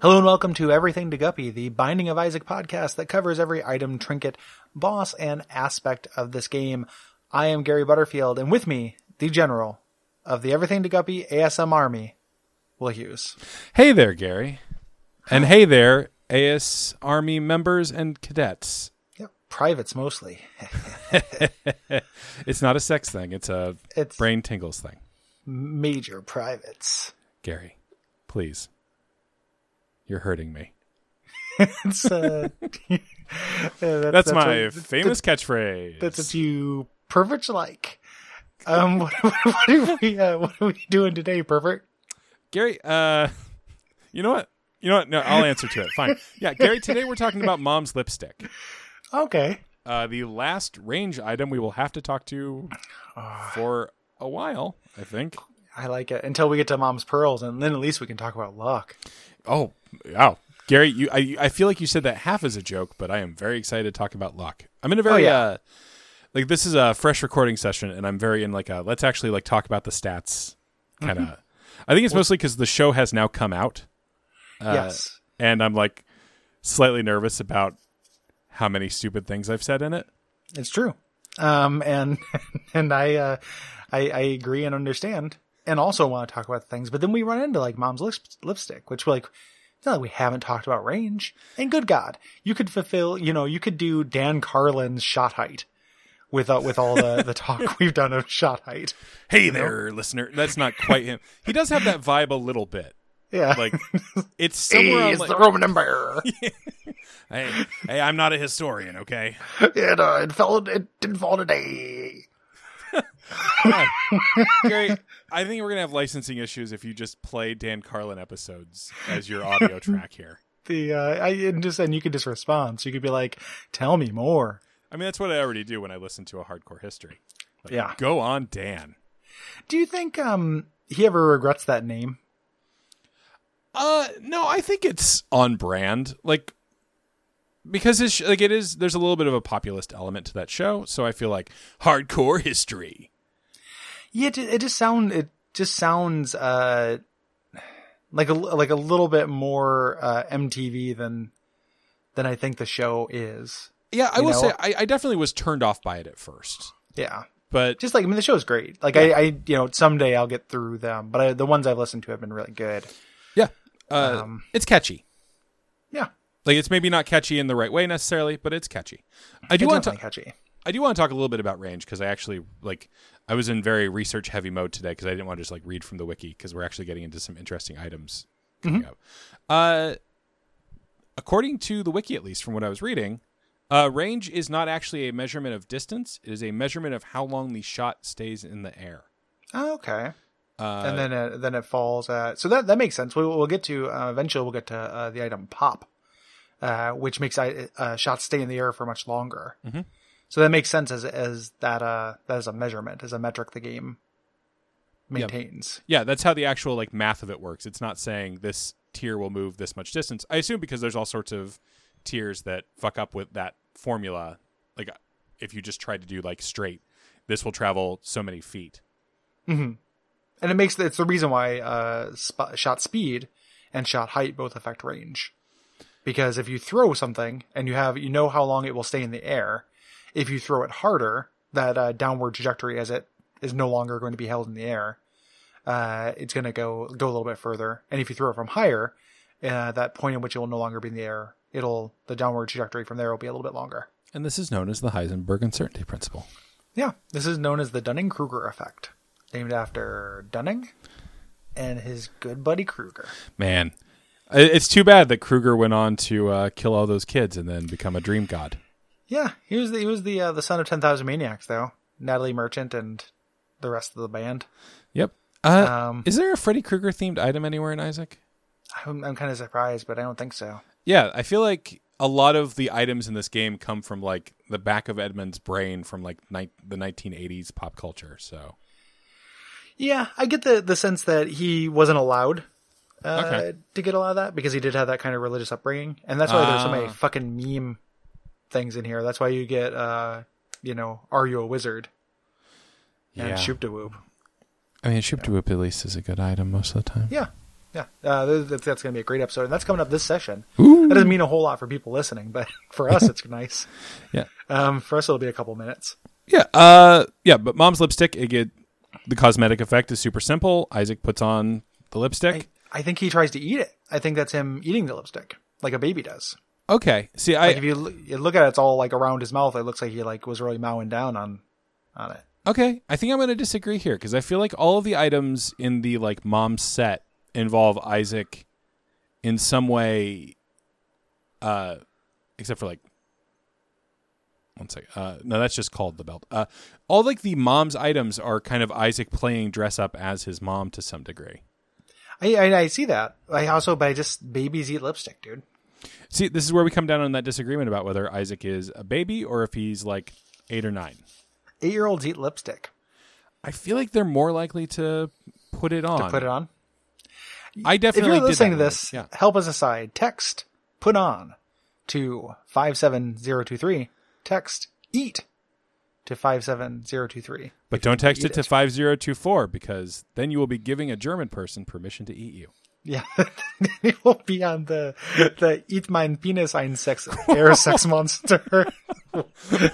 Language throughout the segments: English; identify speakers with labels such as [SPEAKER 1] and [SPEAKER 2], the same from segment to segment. [SPEAKER 1] Hello and welcome to Everything to Guppy, the Binding of Isaac podcast that covers every item, trinket, boss, and aspect of this game. I am Gary Butterfield, and with me, the general of the Everything to Guppy ASM Army, Will Hughes.
[SPEAKER 2] Hey there, Gary. And hey there, AS Army members and cadets.
[SPEAKER 1] Yep, privates mostly.
[SPEAKER 2] It's not a sex thing, it's a
[SPEAKER 1] It's
[SPEAKER 2] brain tingles thing.
[SPEAKER 1] major privates.
[SPEAKER 2] Gary, please. You're hurting me.
[SPEAKER 1] It's, uh, yeah, that-
[SPEAKER 2] That's,
[SPEAKER 1] what-
[SPEAKER 2] my famous catchphrase.
[SPEAKER 1] That's what you perverts like. Um, what, what, what are we? Uh, what are we doing today, pervert?
[SPEAKER 2] Gary, uh you know what? You know what? No, I'll answer to it. Fine. Yeah, Gary, today we're talking about mom's lipstick.
[SPEAKER 1] Okay,
[SPEAKER 2] Uh the last range item we will have to talk to for a while, I think.
[SPEAKER 1] I like it until we get to Mom's Pearls, and then at least we can talk about luck.
[SPEAKER 2] Oh, wow. Gary, you I, I feel like you said that half as a joke, but I am very excited to talk about luck. I'm in a very
[SPEAKER 1] yeah.
[SPEAKER 2] uh like this is a fresh recording session and I'm very in like a let's actually like talk about the stats kind of. I think it's mostly cuz the show has now come out
[SPEAKER 1] Uh, yes,
[SPEAKER 2] and I'm like slightly nervous about how many stupid things I've said in it.
[SPEAKER 1] it's true. Um, and and I, uh, I I agree and understand, and also want to talk about things. But then we run into like Mom's lip- lipstick, which like. It's not like we haven't talked about range. And good God, you could fulfill, you know, you could do Dan Carlin's shot height with, uh, with all the, the talk we've done of shot height.
[SPEAKER 2] Hey there, listener. That's not quite him. He does have that vibe a little bit.
[SPEAKER 1] Yeah.
[SPEAKER 2] Like it's somewhere
[SPEAKER 1] Hey,
[SPEAKER 2] on,
[SPEAKER 1] it's
[SPEAKER 2] like,
[SPEAKER 1] the Roman Empire.
[SPEAKER 2] hey, hey, I'm not a historian, okay?
[SPEAKER 1] it, uh, it fell. It didn't fall today.
[SPEAKER 2] Gary, I think we're gonna have licensing issues if you just play Dan Carlin episodes as your audio track here.
[SPEAKER 1] The uh, I and just and you could just respond. So you could be like, "Tell me more."
[SPEAKER 2] I mean, that's what I already do when I listen to a hardcore history. Like,
[SPEAKER 1] Yeah.
[SPEAKER 2] Go on, Dan.
[SPEAKER 1] Do you think um he ever regrets that name?
[SPEAKER 2] Uh, no, I think it's on brand. Like, because it's like it is. There's a little bit of a populist element to that show, so I feel like hardcore history.
[SPEAKER 1] Yeah, it, ju- it just sound it just sounds uh like a li- like a little bit more uh, MTV than than I think the show is.
[SPEAKER 2] Yeah, I
[SPEAKER 1] You
[SPEAKER 2] will
[SPEAKER 1] know?
[SPEAKER 2] say I, I definitely was turned off by it at first,
[SPEAKER 1] Yeah,
[SPEAKER 2] but
[SPEAKER 1] just like I mean, the show's great. Like I, I, you know, someday I'll get through them, but I, the ones I've listened to have been really good.
[SPEAKER 2] yeah, uh,
[SPEAKER 1] Um,
[SPEAKER 2] it's catchy.
[SPEAKER 1] Yeah,
[SPEAKER 2] Like, it's maybe not catchy in the right way necessarily, but it's catchy. I do
[SPEAKER 1] it's
[SPEAKER 2] want to.
[SPEAKER 1] definitely catchy.
[SPEAKER 2] I do want to talk a little bit about range because I actually like I was in very research heavy mode today because I didn't want to just like read from the wiki because we're actually getting into some interesting items coming up. Uh, according to the wiki, at least from what I was reading, uh, range is not actually a measurement of distance; it is a measurement of how long the shot stays in the air.
[SPEAKER 1] Oh, okay.
[SPEAKER 2] Uh,
[SPEAKER 1] and then it, then it falls at so that that makes sense. We, we'll get to uh, eventually we'll get to uh, the item pop, uh, which makes I, uh, shots stay in the air for much longer.
[SPEAKER 2] Mhm.
[SPEAKER 1] So that makes sense as as that uh that is a measurement as a metric the game maintains.
[SPEAKER 2] Yeah, that's how the actual like math of it works. It's not saying this tier will move this much distance. I assume because there's all sorts of tiers that fuck up with that formula. Like if you just try to do like straight, this will travel so many feet.
[SPEAKER 1] And it makes it's the reason why uh sp- shot speed and shot height both affect range. Because if you throw something and you have you know how long it will stay in the air, if you throw it harder, that uh, downward trajectory as it is no longer going to be held in the air, uh, it's going to go go a little bit further. And if you throw it from higher, uh, that point in which it will no longer be in the air, it'll the downward trajectory from there will be a little bit longer.
[SPEAKER 2] And this is known as the Heisenberg uncertainty principle.
[SPEAKER 1] Yeah, this is known as the Dunning Kruger effect, named after Dunning and his good buddy Kruger.
[SPEAKER 2] Man, I- it's too bad that Kruger went on to uh, kill all those kids and then become a dream god.
[SPEAKER 1] Yeah, he was the, he was the uh, the son of Ten Thousand Maniacs, though Natalie Merchant and the rest of the band.
[SPEAKER 2] Yep. Uh,
[SPEAKER 1] Um,
[SPEAKER 2] is there a Freddy Krueger themed item anywhere in Isaac?
[SPEAKER 1] I'm, I'm kind of surprised, but I don't think so.
[SPEAKER 2] Yeah, I feel like a lot of the items in this game come from like the back of Edmund's brain from like ni- the 1980s pop culture. So
[SPEAKER 1] Yeah, I get the the sense that he wasn't allowed uh,
[SPEAKER 2] Okay.
[SPEAKER 1] to get a lot of that because he did have that kind of religious upbringing, and that's why there's so many
[SPEAKER 2] Ah.
[SPEAKER 1] fucking meme things in here. That's why you get uh, you know, are you a wizard? And
[SPEAKER 2] Yeah.
[SPEAKER 1] shoop de whoop.
[SPEAKER 2] I mean, Ship to Whoop at least is a good item most of the time.
[SPEAKER 1] Yeah. yeah, uh, th- that's, that's going to be a great episode, and that's coming up this session.
[SPEAKER 2] Ooh.
[SPEAKER 1] That doesn't mean a whole lot for people listening, but for us, it's nice.
[SPEAKER 2] Yeah.
[SPEAKER 1] Um, for us, it'll be a couple minutes.
[SPEAKER 2] Yeah, uh, yeah, but mom's lipstick. It get the cosmetic effect is super simple. Isaac puts on the
[SPEAKER 1] I,
[SPEAKER 2] lipstick.
[SPEAKER 1] I think he tries to eat it. I think that's him eating the lipstick like a baby does.
[SPEAKER 2] okay, see, I
[SPEAKER 1] Like if you, l- you look at it, it's all like around his mouth. It looks like he like was really mowing down on on it.
[SPEAKER 2] okay. I think I'm going to disagree here because I feel like all of the items in the like mom set involve Isaac in some way, uh, except for like one second. Uh, no, that's just called the belt. Uh, all like the mom's items are kind of Isaac playing dress up as his mom to some degree.
[SPEAKER 1] I, I I see that. I also, but I just babies eat lipstick, dude.
[SPEAKER 2] See, this is where we come down on that disagreement about whether Isaac is a baby or if he's like eight or nine.
[SPEAKER 1] Eight year olds eat lipstick.
[SPEAKER 2] I feel like they're more likely to put it on.
[SPEAKER 1] To put it on.
[SPEAKER 2] I definitely.
[SPEAKER 1] if you're
[SPEAKER 2] did
[SPEAKER 1] listening
[SPEAKER 2] that
[SPEAKER 1] to
[SPEAKER 2] one.
[SPEAKER 1] this,
[SPEAKER 2] yeah,
[SPEAKER 1] help us aside. Text put on to five seven zero two three. Text eat to five seven zero two three.
[SPEAKER 2] but don't text
[SPEAKER 1] eat
[SPEAKER 2] it to
[SPEAKER 1] it.
[SPEAKER 2] five zero two four because then you will be giving a German person permission to eat you.
[SPEAKER 1] Yeah, it will be on the the eat mein penis ein sex air sex monster.
[SPEAKER 2] Gary,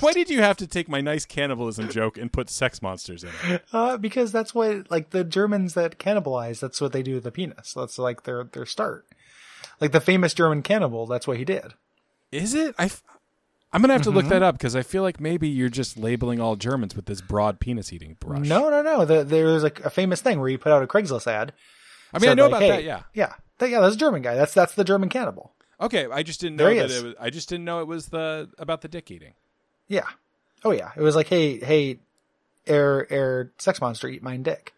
[SPEAKER 2] why did you have to take my nice cannibalism joke and put sex monsters in it?
[SPEAKER 1] Uh, because that's what like the Germans that cannibalize. That's what they do with the penis. That's like their their start. Like the famous German cannibal. That's what he did.
[SPEAKER 2] Is it? I. F- I'm gonna have to look that up because I feel like maybe you're just labeling all Germans with this broad penis eating brush.
[SPEAKER 1] No, no, no. The, there's like a famous thing where he put out a Craigslist ad.
[SPEAKER 2] I mean I
[SPEAKER 1] said,
[SPEAKER 2] know
[SPEAKER 1] like,
[SPEAKER 2] about
[SPEAKER 1] "Hey,
[SPEAKER 2] that. Yeah,
[SPEAKER 1] yeah, that, yeah. That's a German guy. That's that's the German cannibal.
[SPEAKER 2] Okay, I just didn't know
[SPEAKER 1] There he
[SPEAKER 2] that
[SPEAKER 1] is.
[SPEAKER 2] it was. I just didn't know it was the about the dick eating.
[SPEAKER 1] Yeah. Oh yeah. It was like, hey, hey, air air sex monster, eat mine dick.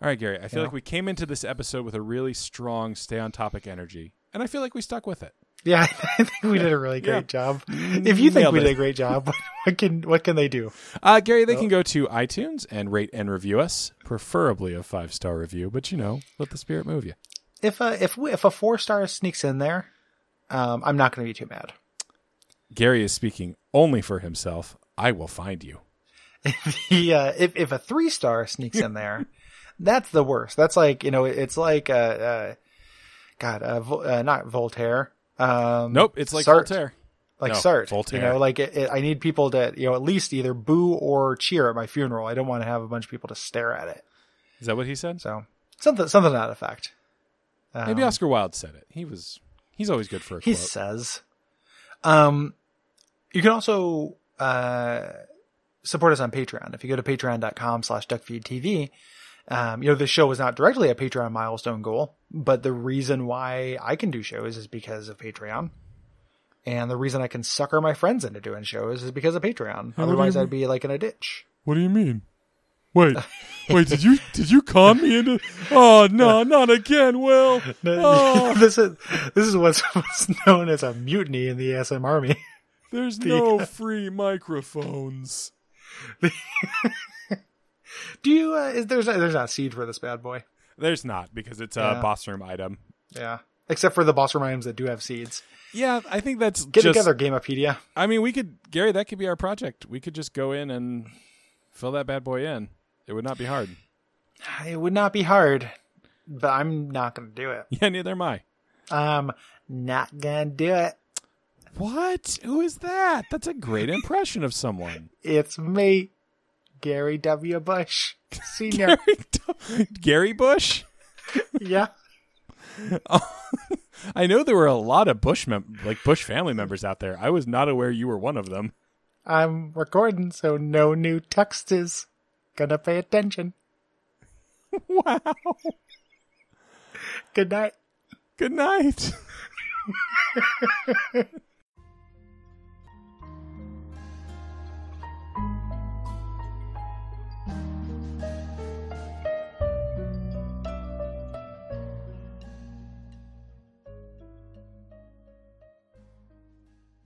[SPEAKER 2] All right, Gary. I feel
[SPEAKER 1] Yeah.
[SPEAKER 2] like we came into this episode with a really strong stay on topic energy, and I feel like we stuck with it.
[SPEAKER 1] Yeah, I think we did a really great
[SPEAKER 2] Yeah. Mm,
[SPEAKER 1] job. If you think
[SPEAKER 2] Nailed
[SPEAKER 1] we
[SPEAKER 2] it.
[SPEAKER 1] did a great job, what can what can they do?
[SPEAKER 2] Uh, Gary, they can go to iTunes and rate and review us, preferably a five star review. But you know, let the spirit move you.
[SPEAKER 1] If a if we, if a four star sneaks in there, um, I'm not going to be too mad.
[SPEAKER 2] Gary is speaking only for himself. I will find you.
[SPEAKER 1] The uh, if if a three star sneaks in there, that's the worst. That's like you know, it's like uh, uh God, uh, Vo- uh, not Voltaire. Um,
[SPEAKER 2] Nope, it's like
[SPEAKER 1] Sartre.
[SPEAKER 2] Voltaire.
[SPEAKER 1] like
[SPEAKER 2] No,
[SPEAKER 1] Sartre.
[SPEAKER 2] Voltaire.
[SPEAKER 1] You know, like it, it, I need people to, you know, at least either boo or cheer at my funeral. I don't want to have a bunch of people to stare at it.
[SPEAKER 2] Is that what he said?
[SPEAKER 1] So something, something to that effect. Um,
[SPEAKER 2] Maybe Oscar Wilde said it. He was. He's always good for a
[SPEAKER 1] he
[SPEAKER 2] quote.
[SPEAKER 1] says. Um, you can also uh, support us on Patreon. If you go to patreon.com slash duckfeedtv, um, you know, this show is not directly a Patreon milestone goal, but the reason why I can do shows is because of Patreon. And the reason I can sucker my friends into doing shows is because of Patreon. Otherwise, I'd be like in a ditch.
[SPEAKER 2] What do you mean? Wait, wait. Did you did you con me into? Oh no, not again, Will. Oh,
[SPEAKER 1] this is this is what's, what's known as a mutiny in the ASM army.
[SPEAKER 2] there's no free microphones.
[SPEAKER 1] Do you? Uh, is there's there's not seed for this bad boy?
[SPEAKER 2] There's not because it's a
[SPEAKER 1] Yeah.
[SPEAKER 2] boss room item.
[SPEAKER 1] Yeah. Except for the boss room items that do have seeds.
[SPEAKER 2] Yeah, I think that's
[SPEAKER 1] Get
[SPEAKER 2] just,
[SPEAKER 1] together, Gamepedia.
[SPEAKER 2] I mean, we could Gary. That could be our project. We could just go in and fill that bad boy in. It would not be hard.
[SPEAKER 1] It would not be hard, but I'm not going to do it.
[SPEAKER 2] Yeah, neither am I.
[SPEAKER 1] I'm not going to do it.
[SPEAKER 2] What? Who is that? That's a great impression of someone.
[SPEAKER 1] It's me, Gary W. Bush, Sr.
[SPEAKER 2] Gary, Gary Bush.
[SPEAKER 1] yeah.
[SPEAKER 2] I know there were a lot of Bush mem- like Bush family members out there. I was not aware you were one of them.
[SPEAKER 1] I'm recording, so no new text is going to pay attention.
[SPEAKER 2] Wow.
[SPEAKER 1] Good night.
[SPEAKER 2] Good night.